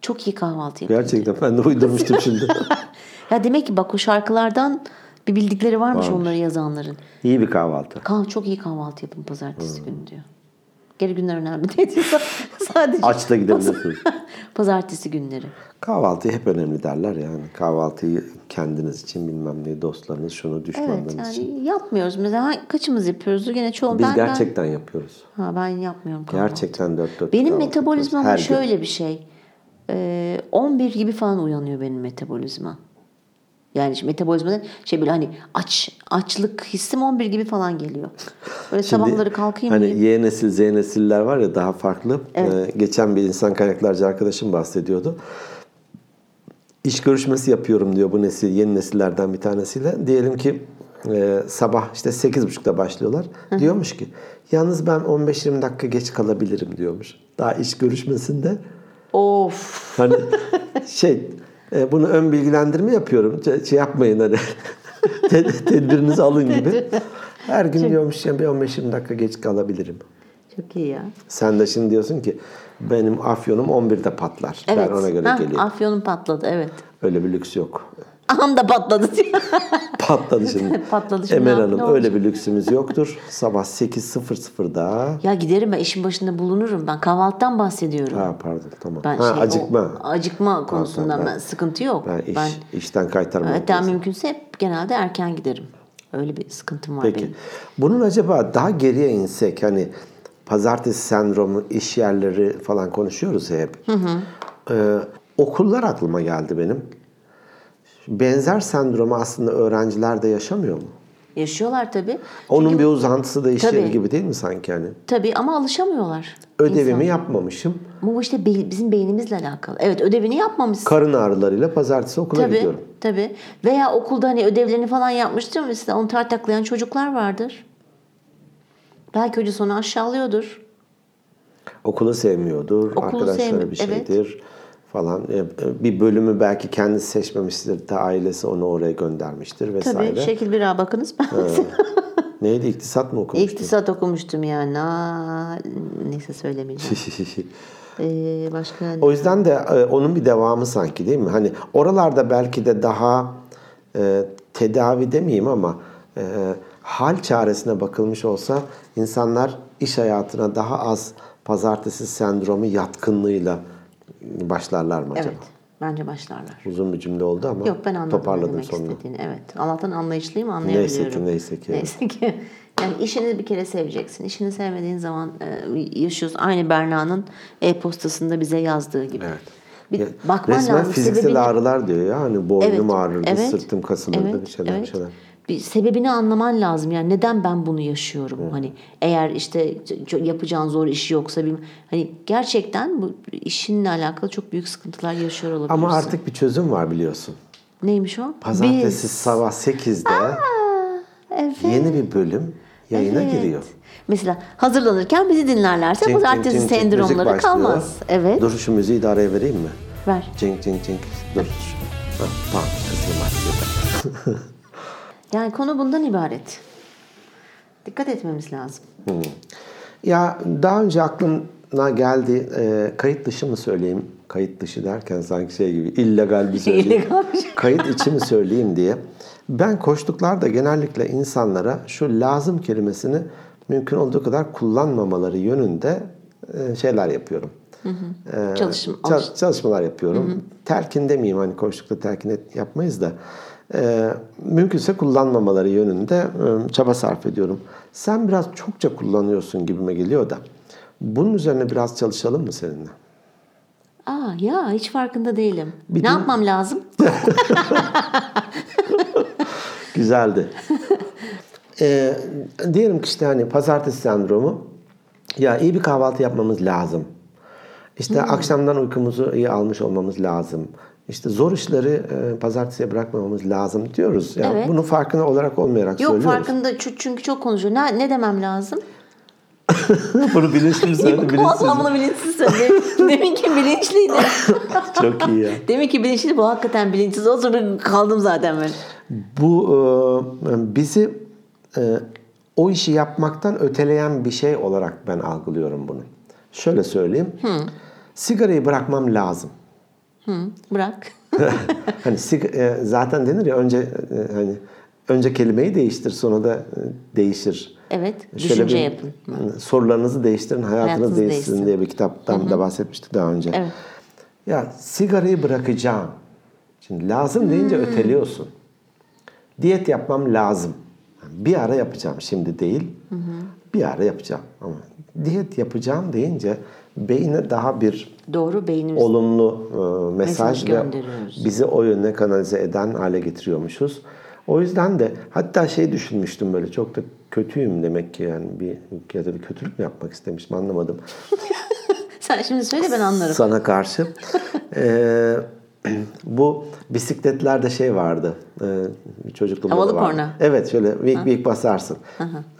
S1: Çok iyi kahvaltı yapıyor.
S2: Gerçekten ben de uydurmuştum şimdi.
S1: Ya demek ki bak o şarkılardan bir bildikleri varmış,
S2: Varmış.
S1: onları yazanların.
S2: İyi bir kahvaltı.
S1: Kah çok iyi kahvaltı yapın pazartesi günü diyor. Geri günler önemli değil. Sadece
S2: Aç da gidebilirsiniz.
S1: pazartesi günleri.
S2: Kahvaltı hep önemli derler yani. Kahvaltıyı kendiniz için bilmem ne dostlarınız şunu düşmanlarınız
S1: Evet
S2: için.
S1: yani yapmıyoruz. Mesela hangi- kaçımız yapıyoruz? Gene çoğu
S2: Biz
S1: ben, ben-
S2: gerçekten yapıyoruz.
S1: Ha, ben yapmıyorum kahvaltı.
S2: Gerçekten dört dört.
S1: Benim
S2: kahvaltı
S1: metabolizmam ama
S2: yapıyoruz. Her gün.
S1: şöyle bir şey. Ee, 11 gibi falan uyanıyor benim metabolizma. Yani şimdi metabolizmada şey böyle hani aç açlık hissim 11 gibi falan geliyor. Böyle
S2: Şimdi
S1: sabahları kalkayım
S2: Hani
S1: diyeyim.
S2: Y nesil Z nesiller var ya daha farklı. Ee, geçen bir insan kaynaklarcı arkadaşım bahsediyordu. İş görüşmesi yapıyorum diyor bu nesil yeni nesillerden bir tanesiyle. Diyelim ki e, sabah işte 8.30'da başlıyorlar. Diyormuş ki yalnız ben 15-20 dakika geç kalabilirim diyormuş. Daha iş görüşmesinde
S1: Of.
S2: Hani şey e, bunu ön bilgilendirme yapıyorum. Şey, şey yapmayın hani. Ted- Tedbirinizi alın gibi. Her gün diyormuş ya bir 15-20 dakika geç kalabilirim.
S1: Çok iyi ya.
S2: Sen de şimdi diyorsun ki benim afyonum 11'de patlar.
S1: Evet.
S2: Ben ona göre
S1: Ha,
S2: geleyim.
S1: Afyonum patladı evet.
S2: Öyle bir lüks yok.
S1: Aham da patladı diyor.
S2: Patladı şimdi.
S1: Patladı şimdi,
S2: Emel
S1: ne-
S2: Hanım
S1: ne
S2: öyle bir lüksümüz yoktur. Sabah 8.00'da.
S1: ya giderim ben işin başında bulunurum ben. Kahvaltıdan bahsediyorum.
S2: Ha pardon tamam.
S1: Ben
S2: ha,
S1: şey, o-
S2: acıkma.
S1: acıkma konusundan
S2: ben-
S1: ben, sıkıntı yok.
S2: ben, iş,
S1: ben
S2: işten kaytarmam.
S1: hatta mümkünse hep genelde erken giderim. Öyle bir sıkıntım var
S2: Peki.
S1: benim.
S2: Bunun acaba daha geriye insek hani pazartesi sendromu, iş yerleri falan konuşuyoruz ya hep. Ee, okullar aklıma geldi benim. Benzer sendromu aslında öğrenciler de yaşamıyor mu?
S1: Yaşıyorlar tabii.
S2: Onun bir uzantısı da iş yeri
S1: Tabii.
S2: gibi değil mi sanki hani?
S1: Tabii ama alışamıyorlar.
S2: Ödevimi
S1: İnsan.
S2: yapmamışım.
S1: Ama bu işte be- bizim beynimizle alakalı. Evet ödevini yapmamışsın.
S2: Karın ağrılarıyla pazartesi okula
S1: tabii
S2: gidiyorum.
S1: tabii. Veya okulda hani ödevlerini falan yapmıştır mesela onu tartaklayan çocuklar vardır. Belki hoca onu aşağılıyordur.
S2: Okulu sevmiyordur,
S1: Okulu
S2: arkadaşları
S1: sevmi-
S2: bir
S1: evet.
S2: şeydir falan. Ee, Bir bölümü belki kendisi seçmemiştir de ailesi onu oraya göndermiştir
S1: Tabii
S2: vesaire.
S1: şekil bir bakınız. Ben
S2: Neydi iktisat mı okumuştun?
S1: İktisat okumuştum yani. Aa, neyse söylemeyeceğim. Ee, başka ne?
S2: o yüzden de e, onun bir devamı sanki değil mi? Hani oralarda belki de daha e, tedavi demeyeyim ama e, hal çaresine bakılmış olsa insanlar iş hayatına daha az pazartesi sendromu yatkınlığıyla başlarlar mı acaba?
S1: Evet. Bence başlarlar.
S2: Uzun bir cümle oldu ama
S1: Yok ben anladım ne
S2: toparladım
S1: demek
S2: sonunu.
S1: istediğini. Evet. Allah'tan anlayışlıyım anlayabiliyorum.
S2: Neyse ki, neyse ki.
S1: Neyse ki. Yani işini bir kere seveceksin. İşini sevmediğin zaman e, yaşıyorsun. Aynı Berna'nın e-postasında bize yazdığı gibi.
S2: Evet.
S1: Bir
S2: Ya,
S1: bakman
S2: Resmen
S1: lazım.
S2: fiziksel
S1: Sebebini-
S2: ağrılar diyor ya. Hani boynum ağrırdı, sırtım kasılırdı
S1: evet,
S2: bir şeyler bir
S1: evet.
S2: şeyler.
S1: Bir sebebini anlaman lazım yani neden ben bunu yaşıyorum hani eğer işte çok yapacağın zor işi yoksa bir hani gerçekten bu işinle alakalı çok büyük sıkıntılar yaşıyor olabilirsin.
S2: Ama artık bir çözüm var biliyorsun.
S1: neymiş o?
S2: Pazartesi
S1: Biz.
S2: sabah 8'de
S1: Evet.
S2: yeni bir bölüm yayına
S1: Evet.
S2: giriyor.
S1: Mesela hazırlanırken bizi dinlerlerse
S2: Cink,
S1: pazartesi
S2: cink, cink, cink, müzik
S1: sendromları
S2: başlıyor.
S1: kalmaz. Evet.
S2: Dur şu müziği de araya vereyim mi?
S1: Ver.
S2: Cink cink cink. Dur. Ha, tamam. Kısayım artık.
S1: Yani konu bundan ibaret. Dikkat etmemiz lazım.
S2: Ya daha önce aklına geldi. e, kayıt dışı mı söyleyeyim? Kayıt dışı derken sanki şey gibi illegal bir söyleyeyim.
S1: İllegal
S2: kayıt içi mi söyleyeyim diye. Ben koştuklarda genellikle insanlara şu lazım kelimesini mümkün olduğu kadar kullanmamaları yönünde e, şeyler yapıyorum. E,
S1: Çalışma-
S2: çal- çalışmalar yapıyorum. Terkin demeyeyim hani koştukta terkin et- yapmayız da. E, mümkünse kullanmamaları yönünde e, çaba sarf ediyorum. Sen biraz çokça kullanıyorsun gibime geliyor da. Bunun üzerine biraz çalışalım mı seninle?
S1: Aa ya hiç farkında değilim.
S2: Bir
S1: ne
S2: din-
S1: yapmam lazım?
S2: Güzeldi. Ee, diyelim ki işte hani pazartesi sendromu ya iyi bir kahvaltı yapmamız lazım. İşte
S1: Hmm.
S2: akşamdan uykumuzu iyi almış olmamız lazım. İşte zor işleri e, pazartesiye bırakmamamız lazım diyoruz. Yani
S1: Evet.
S2: bunun farkına olarak olmayarak
S1: Yok
S2: söylüyoruz.
S1: farkında çü- çünkü çok konuşuyor. Ne, ne demem lazım?
S2: Bunu bilinçli mi söyledi, bilinçsiz mi?
S1: Vallahi bunu bilinçsiz söyledi. Demin ki bilinçliydi.
S2: Çok iyi ya.
S1: Demin ki bilinçliydi. Bu hakikaten bilinçsiz. O sonra kaldım zaten böyle.
S2: Bu e, bizi e, o işi yapmaktan öteleyen bir şey olarak ben algılıyorum bunu. Şöyle söyleyeyim.
S1: Hmm.
S2: Sigarayı bırakmam lazım.
S1: Hı, bırak.
S2: hani sig- e, zaten denir ya önce e, hani önce kelimeyi değiştir sonra da e, değişir.
S1: Evet.
S2: Şöyle
S1: düşünce
S2: bir-
S1: yapın.
S2: Sorularınızı değiştirin, hayatınız,
S1: Hayatınız
S2: değişsin,
S1: değişsin.
S2: diye bir kitaptan da bahsetmiştik daha önce.
S1: Evet.
S2: Ya sigarayı bırakacağım. Şimdi lazım deyince
S1: Hmm.
S2: öteliyorsun. Diyet yapmam lazım. Bir ara yapacağım şimdi değil. Bir ara yapacağım ama diyet yapacağım deyince beyine daha bir
S1: Doğru beynimiz.
S2: olumlu e, mesaj,
S1: Mesaj
S2: ve
S1: gönderiyoruz.
S2: bizi o yöne kanalize eden hale getiriyormuşuz. O yüzden de hatta şey düşünmüştüm böyle çok da kötüyüm demek ki yani bir ya da bir kötülük mü yapmak istemişim anlamadım.
S1: Sen şimdi söyle ben anlarım.
S2: Sana karşı. Ee, bu bisikletlerde şey vardı. E, çocukluğumda da
S1: Havalı
S2: vardı.
S1: korna.
S2: Evet şöyle vik vik basarsın.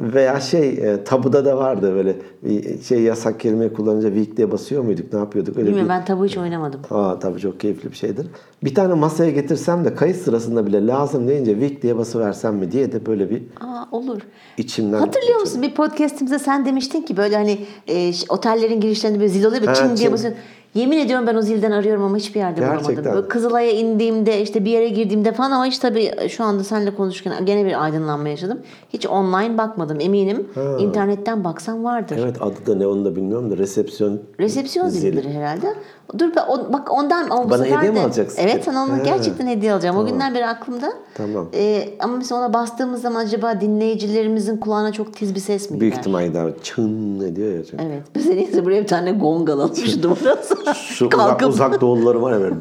S2: Veya şey e, tabuda da vardı böyle bir şey yasak kelime kullanınca vik diye basıyor muyduk ne yapıyorduk? Öyle bir
S1: Bilmiyorum ben tabu hiç oynamadım.
S2: Aa tabii çok keyifli bir şeydir. Bir tane masaya getirsem de kayıt sırasında bile lazım deyince vik diye basıversem mi diye de böyle bir
S1: Aa olur.
S2: içimden...
S1: Hatırlıyor musun bir podcast'imizde sen demiştin ki böyle hani e, ş- otellerin girişlerinde böyle zil oluyor ve
S2: Ha,
S1: çin diye
S2: çin.
S1: basıyorsun. Yemin ediyorum ben o zilden arıyorum ama hiçbir yerde bulamadım.
S2: Gerçekten.
S1: Böyle Kızılay'a indiğimde işte bir yere girdiğimde falan ama hiç tabii şu anda seninle konuşurken gene bir aydınlanma yaşadım. Hiç online bakmadım eminim. İnternetten baksam vardır.
S2: Evet adı da ne onu da bilmiyorum da resepsiyon...
S1: Resepsiyon
S2: Zil.
S1: zilidir herhalde. Dur be, o- bak ondan o bu
S2: Bana
S1: sefer
S2: hediye mi
S1: de-
S2: alacaksın?
S1: Evet sana onu
S2: Ha,
S1: gerçekten hediye alacağım. O günden beri aklımda.
S2: Tamam.
S1: Ee, ama mesela ona bastığımız zaman acaba dinleyicilerimizin kulağına çok tiz bir ses mi gider?
S2: Büyük ihtimalle çın ne diyor ya. çın.
S1: Evet. Biz en iyisi buraya bir tane gong alalım şu duvara sonra
S2: Şu uzak,
S1: kalkıp.
S2: uzak doğulları var ya böyle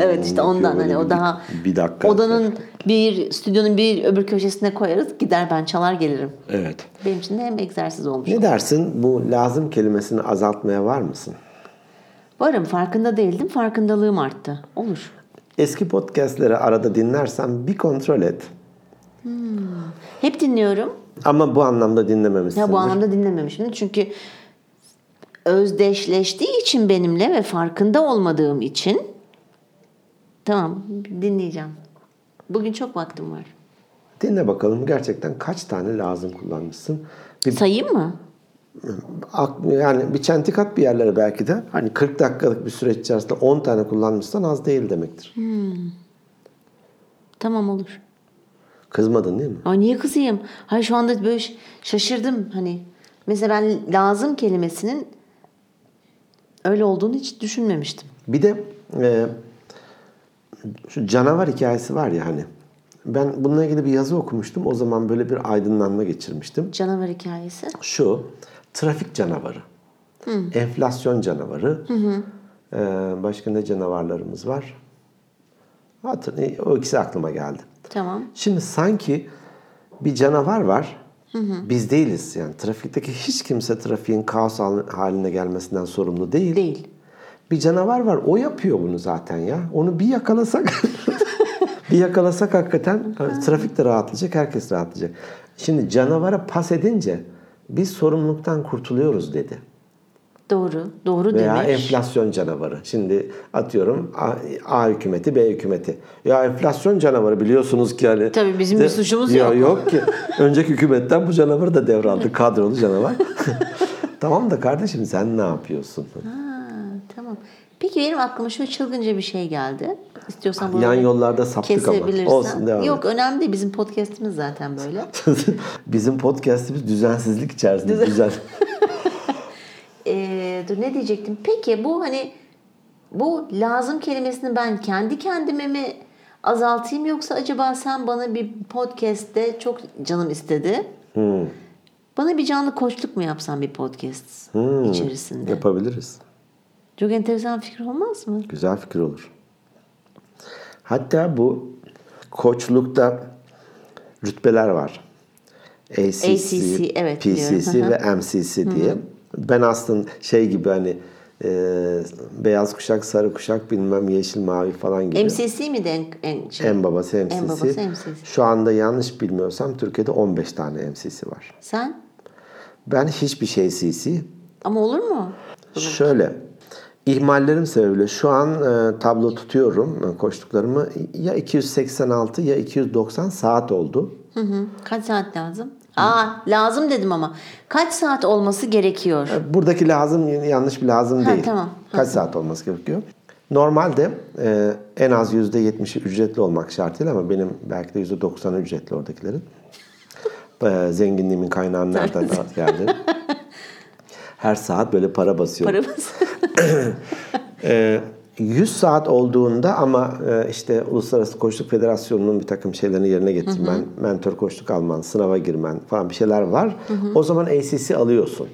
S1: evet işte ondan
S2: diyor böyle
S1: hani o
S2: bir-
S1: daha
S2: Bir dakika.
S1: odanın bir stüdyonun bir öbür köşesine koyarız gider ben çalar gelirim.
S2: Evet.
S1: Benim için de hem egzersiz olmuş.
S2: Ne dersin bu lazım kelimesini azaltmaya var mısın?
S1: Varım farkında değildim farkındalığım arttı. Olur.
S2: Eski podcastleri arada dinlersen bir kontrol et.
S1: Hep dinliyorum.
S2: Ama bu anlamda dinlememişsin.
S1: Ya bu anlamda dinlememişim çünkü özdeşleştiği için benimle ve farkında olmadığım için tamam dinleyeceğim. Bugün çok vaktim var.
S2: Dinle bakalım gerçekten kaç tane lazım kullanmışsın. Bir,
S1: Sayayım mı?
S2: ak- yani bir çentikat bir yerlere belki de hani 40 dakikalık bir süreç içerisinde 10 tane kullanmışsan az değil demektir.
S1: Tamam olur.
S2: Kızmadın değil mi?
S1: Ay niye kızayım? Hayır şu anda böyle ş- şaşırdım hani. Mesela ben lazım kelimesinin öyle olduğunu hiç düşünmemiştim.
S2: Bir de e, şu canavar hikayesi var ya hani. Ben bununla ilgili bir yazı okumuştum. O zaman böyle bir aydınlanma geçirmiştim.
S1: Canavar hikayesi.
S2: Şu trafik canavarı. Enflasyon canavarı. e, başka ne canavarlarımız var? Hatır, e, o ikisi aklıma geldi.
S1: Tamam.
S2: Şimdi sanki bir canavar var. Biz değiliz yani trafikteki hiç kimse trafiğin kaos hal- haline gelmesinden sorumlu değil.
S1: Değil.
S2: Bir canavar var. O yapıyor bunu zaten ya. Onu bir yakalasak bir yakalasak hakikaten hani trafik de rahatlayacak, herkes rahatlayacak. Şimdi canavara pas edince biz sorumluluktan kurtuluyoruz dedi.
S1: Doğru. Doğru
S2: Veya
S1: demek.
S2: enflasyon canavarı. Şimdi atıyorum A, A hükümeti, B hükümeti. Ya enflasyon canavarı biliyorsunuz ki hani.
S1: Tabii bizim bir suçumuz
S2: Ya
S1: yok.
S2: Yok ki. Önceki hükümetten bu canavarı da devraldı. Kadrolu canavar. tamam da kardeşim sen ne yapıyorsun?
S1: Ha, tamam. Peki benim aklıma şöyle çılgınca bir şey geldi. İstiyorsan bunu
S2: Ah, Yan yollarda saptık ama.
S1: kesebilirsen.
S2: Olsun devam
S1: Yok
S2: et.
S1: önemli değil. Bizim podcast'imiz zaten böyle.
S2: Bizim podcast'imiz düzensizlik içerisinde. Düzen.
S1: Ee, dur ne diyecektim? Peki bu hani bu lazım kelimesini ben kendi kendime mi azaltayım yoksa acaba sen bana bir podcast'te çok canım istedi.
S2: Hmm.
S1: Bana bir canlı koçluk mu yapsan bir podcast
S2: Hmm.
S1: içerisinde?
S2: Yapabiliriz.
S1: Çok enteresan fikir olmaz mı?
S2: Güzel fikir olur. Hatta bu koçlukta rütbeler var. ACC,
S1: ACC, evet,
S2: PCC
S1: biliyorum.
S2: ve MCC diye. Ben aslında şey gibi hani e, beyaz kuşak, sarı kuşak, bilmem yeşil, mavi falan gibi.
S1: MCC mi de en, en şey?
S2: en babası MCC.
S1: En babası MCC.
S2: Şu anda yanlış bilmiyorsam Türkiye'de 15 tane MCC var.
S1: Sen?
S2: Ben hiçbir şey CC,
S1: Ama olur mu?
S2: Şöyle ihmallerim sebebiyle şu an e, tablo tutuyorum e, koştuklarımı ya 286 ya 290 saat oldu.
S1: Hı hı. Kaç saat lazım? Aa lazım dedim ama. Kaç saat olması gerekiyor?
S2: E, Buradaki lazım y- yanlış bir lazım
S1: Ha,
S2: değil.
S1: tamam.
S2: Kaç saat olması gerekiyor? Normalde e, en az %70'i ücretli olmak şartıyla ama benim belki de %90'ı ücretli oradakilerin. E, zenginliğimin kaynağı nereden geldi? Her saat böyle para basıyorum.
S1: Paramız.
S2: Ee, 100 saat olduğunda ama e, işte Uluslararası Koçluk Federasyonu'nun bir takım şeylerini yerine getirmen, mentor koçluk alman, sınava girmen falan bir şeyler var. O zaman ACC alıyorsun.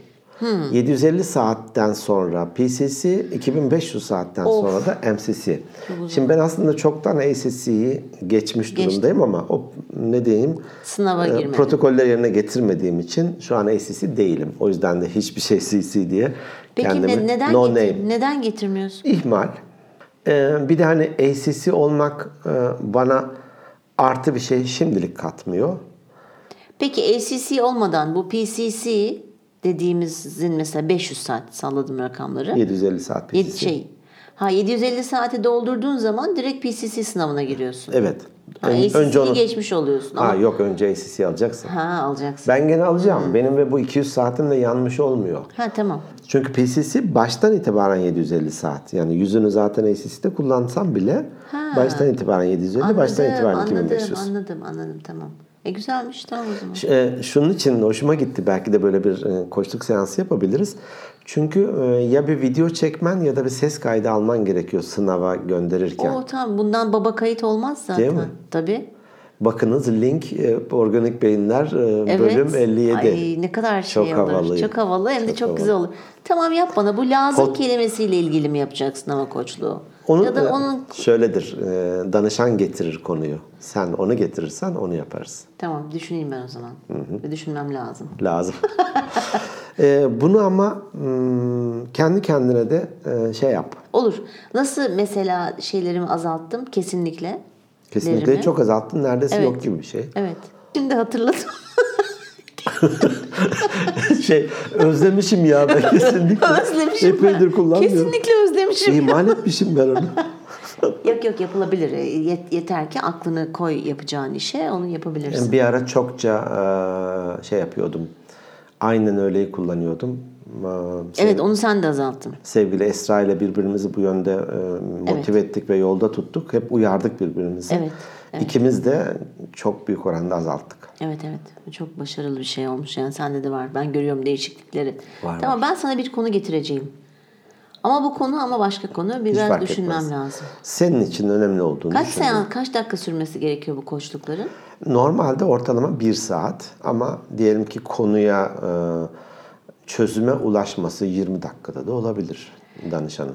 S2: 750 saatten sonra PCC, 2500 saatten sonra da MCC. Şimdi ben aslında çoktan ACC'yi geçmiş durumdayım ama o ne diyeyim?
S1: Sınava
S2: e,
S1: girmedim.
S2: Protokolleri yerine getirmediğim için şu an ACC değilim. O yüzden de hiçbir şey CC diye
S1: Peki
S2: kendimi
S1: ne- neden,
S2: no
S1: getir-
S2: name
S1: neden getirmiyorsun?
S2: İhmal. Ee, bir de hani ACC olmak e, bana artı bir şey şimdilik katmıyor.
S1: Peki ACC olmadan bu PCC dediğimizin mesela 500 saat salladım rakamları.
S2: 750 saat PCC.
S1: Yedi- şey. Ha 750 saati doldurduğun zaman direkt PCC sınavına giriyorsun.
S2: Evet.
S1: Ha,
S2: Ön-
S1: ACC'yi
S2: önce onu...
S1: geçmiş oluyorsun.
S2: Ha,
S1: Ama... Hmm.
S2: yok önce ACC alacaksın.
S1: Ha alacaksın.
S2: Ben gene alacağım. Benim ve bu 200 saatim de yanmış olmuyor.
S1: Ha tamam.
S2: Çünkü PCC baştan itibaren 750 saat. Yani yüzünü zaten ACC'de kullansam bile
S1: Ha.
S2: baştan itibaren 750, baştan itibaren
S1: anladım,
S2: 2500.
S1: anladım, anladım, tamam. E güzelmiş tamam o zaman.
S2: Ş- e, Şunun için de hoşuma gitti. Belki de böyle bir e, koçluk seansı yapabiliriz. Çünkü e, ya bir video çekmen ya da bir ses kaydı alman gerekiyor sınava gönderirken.
S1: O tamam bundan baba kayıt olmaz zaten.
S2: Değil mi?
S1: Tabii.
S2: Bakınız link e, Organik Beyinler e,
S1: Evet.
S2: bölüm 57.
S1: Ay ne kadar şey
S2: Çok
S1: olur.
S2: havalı.
S1: Çok havalı hem de
S2: Çok
S1: çok, güzel olur. Tamam yap bana bu lazım
S2: Pod-
S1: kelimesiyle ilgili mi yapacaksın ama koçluğu?
S2: Onu,
S1: ya da
S2: e,
S1: onun
S2: Şöyledir. e, danışan getirir konuyu. Sen onu getirirsen onu yaparız.
S1: tamam düşüneyim ben o zaman. Bir düşünmem lazım.
S2: Lazım. E, bunu ama hmm, kendi kendine de e, şey yap.
S1: Olur. Nasıl mesela şeylerimi azalttım kesinlikle.
S2: Kesinlikle
S1: Lerimi.
S2: çok azalttın. Neredeyse
S1: Evet.
S2: yok gibi bir şey.
S1: Evet. Şimdi hatırladım.
S2: şey özlemişim ya ben kesinlikle.
S1: özlemişim.
S2: Epeydir kullanmıyorum.
S1: Kesinlikle özlemişim.
S2: İman etmişim ben onu.
S1: Yok yok yapılabilir. E, Yet- yeter ki aklını koy yapacağın işe onu yapabilirsin.
S2: bir ara çokça eee, şey yapıyordum. Aynen öyleyi kullanıyordum. Eee,
S1: Evet
S2: Şey-
S1: onu sen de azalttın.
S2: Sevgili Esra e, ile birbirimizi bu yönde eee, motive ettik ve yolda tuttuk. Hep uyardık birbirimizi.
S1: Evet.
S2: İkimiz de çok büyük oranda azalttık.
S1: Evet evet. Bu Çok başarılı bir şey olmuş. Yani sende de var. Ben görüyorum değişiklikleri.
S2: Var,
S1: tamam ben sana bir konu getireceğim. Ama bu konu ama başka konu. Bir biraz
S2: fark
S1: düşünmem
S2: etmez.
S1: lazım.
S2: Senin için önemli olduğunu
S1: Kaç
S2: düşünüyorum.
S1: seans, kaç dakika sürmesi gerekiyor bu koçlukların?
S2: Normalde ortalama bir saat ama diyelim ki konuya e, çözüme ulaşması 20 dakikada da olabilir danışanın.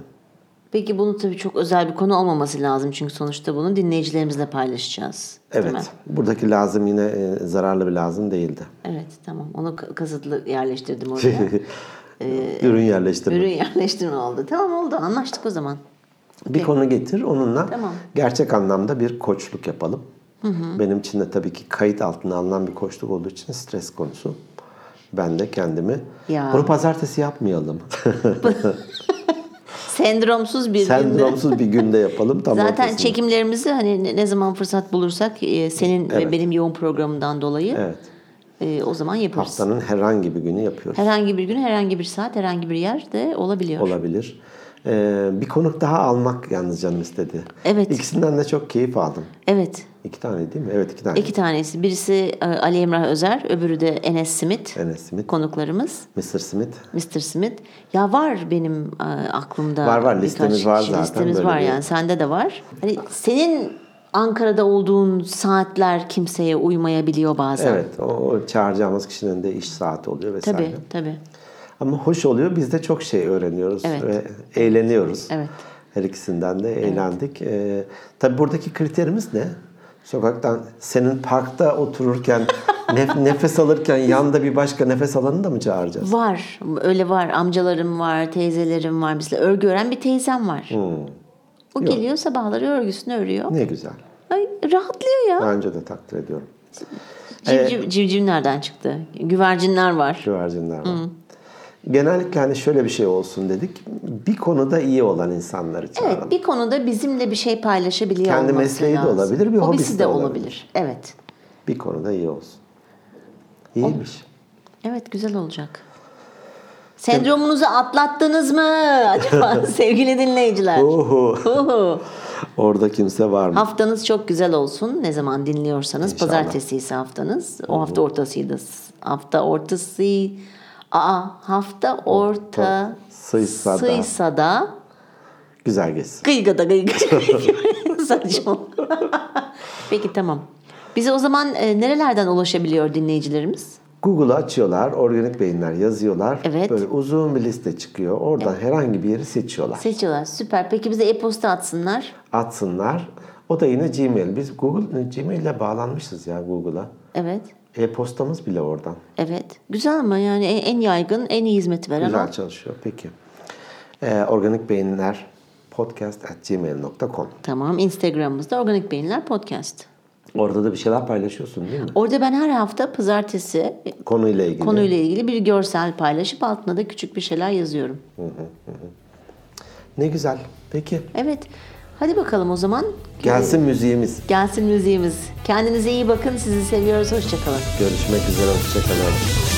S1: Peki bunu tabii çok özel bir konu olmaması lazım. Çünkü sonuçta bunu dinleyicilerimizle paylaşacağız. değil
S2: Evet.
S1: mi?
S2: Buradaki lazım yine e, zararlı bir lazım değildi.
S1: Evet tamam. Onu ka- kasıtlı yerleştirdim oraya.
S2: Ürün yerleştirme.
S1: Ürün yerleştirme oldu. Tamam oldu. Anlaştık o zaman.
S2: Bir konu getir onunla
S1: Tamam.
S2: gerçek anlamda bir koçluk yapalım. Benim için de tabii ki kayıt altına alınan bir koçluk olduğu için stres konusu. Ben de kendimi
S1: Ya.
S2: bunu pazartesi yapmayalım.
S1: Sendromsuz bir günde.
S2: Sendromsuz bir günde yapalım. Tam
S1: Zaten
S2: ortasında.
S1: çekimlerimizi hani ne- ne zaman fırsat bulursak e, senin ve benim yoğun programından dolayı
S2: Evet.
S1: e, o zaman yaparız.
S2: Haftanın herhangi bir günü yapıyoruz.
S1: Herhangi bir gün, herhangi bir saat, herhangi bir yerde olabiliyor.
S2: Olabilir. Ee, bir konuk daha almak yalnız canım istedi.
S1: Evet.
S2: İkisinden de çok keyif aldım.
S1: evet.
S2: İki tane değil mi? Evet iki tane.
S1: İki tanesi. Birisi e, Ali Emrah Özer, öbürü de Enes Simit.
S2: Enes Smith,
S1: Konuklarımız.
S2: Mr. Smith.
S1: Mr. Smith. Ya var benim e, aklımda.
S2: Var, var.
S1: birkaç
S2: Listemiz var
S1: kişi.
S2: zaten.
S1: Listemiz
S2: Böyle
S1: var
S2: bir-
S1: yani. Sende de var. Hani senin Ankara'da olduğun saatler kimseye uymayabiliyor bazen.
S2: Evet. O, o çağıracağımız kişinin de iş saati oluyor vesaire.
S1: Tabii, tabii.
S2: Ama hoş oluyor. Biz de çok şey öğreniyoruz
S1: Evet.
S2: ve eğleniyoruz.
S1: Evet.
S2: Her ikisinden de eğlendik. Ee, tabii buradaki kriterimiz ne? Sokaktan senin parkta otururken nef- nefes alırken yanda bir başka nefes alanı da mı çağıracağız?
S1: Var. Öyle var. Amcalarım var, teyzelerim var. Mesela örgü ören bir teyzem var. O geliyor sabahları örgüsünü örüyor.
S2: Ne güzel.
S1: Ay, rahatlıyor ya.
S2: Bence de takdir ediyorum.
S1: Civciv, civciv nereden çıktı? Güvercinler var.
S2: Güvercinler var. Genellikle hani şöyle bir şey olsun dedik. Bir konuda iyi olan insanları çağıralım.
S1: Evet bir konuda bizimle bir şey paylaşabiliyor
S2: Kendi
S1: olması
S2: mesleği de
S1: lazım.
S2: olabilir, bir
S1: Hobisi
S2: hobisi
S1: de
S2: de
S1: olabilir.
S2: olabilir.
S1: Evet.
S2: Bir konuda iyi olsun. İyiymiş.
S1: Evet güzel olacak. Sendromunuzu atlattınız mı acaba sevgili dinleyiciler?
S2: Oho.
S1: Uhu.
S2: Orada kimse var mı?
S1: Haftanız çok güzel olsun. Ne zaman dinliyorsanız
S2: İnşallah.
S1: pazartesi ise haftanız. O hafta ortasıydı. Hafta ortası. Aa hafta orta
S2: Sıysa da.
S1: sıysa da
S2: Güzel geçsin.
S1: Gıygada gıygada. Saçma. Peki tamam. Bize o zaman e, nerelerden ulaşabiliyor dinleyicilerimiz?
S2: Google'ı açıyorlar, organik beyinler yazıyorlar.
S1: Evet.
S2: Böyle uzun bir liste çıkıyor. Oradan herhangi bir yeri seçiyorlar.
S1: Seçiyorlar. Süper. Peki bize e-posta atsınlar.
S2: Atsınlar. O da yine Gmail. Biz Google Gmail ile bağlanmışız ya Google'a.
S1: Evet.
S2: E-postamız bile oradan.
S1: Evet. Güzel ama yani en, en yaygın, en iyi hizmeti veren
S2: Güzel
S1: o.
S2: çalışıyor. Peki. Ee, organik beyinler podcast at gmail.com
S1: Tamam. Instagram'ımızda Organik Beyinler Podcast.
S2: Orada da bir şeyler paylaşıyorsun değil mi?
S1: Orada ben her hafta pazartesi e,
S2: Konuyla ilgili.
S1: konuyla ilgili bir görsel paylaşıp altına da küçük bir şeyler yazıyorum.
S2: Ne güzel. Peki.
S1: Evet. Hadi bakalım o zaman.
S2: Gelsin müziğimiz.
S1: Gelsin müziğimiz. Kendinize iyi bakın. Sizi seviyoruz. Hoşçakalın.
S2: Görüşmek üzere. Hoşçakalın.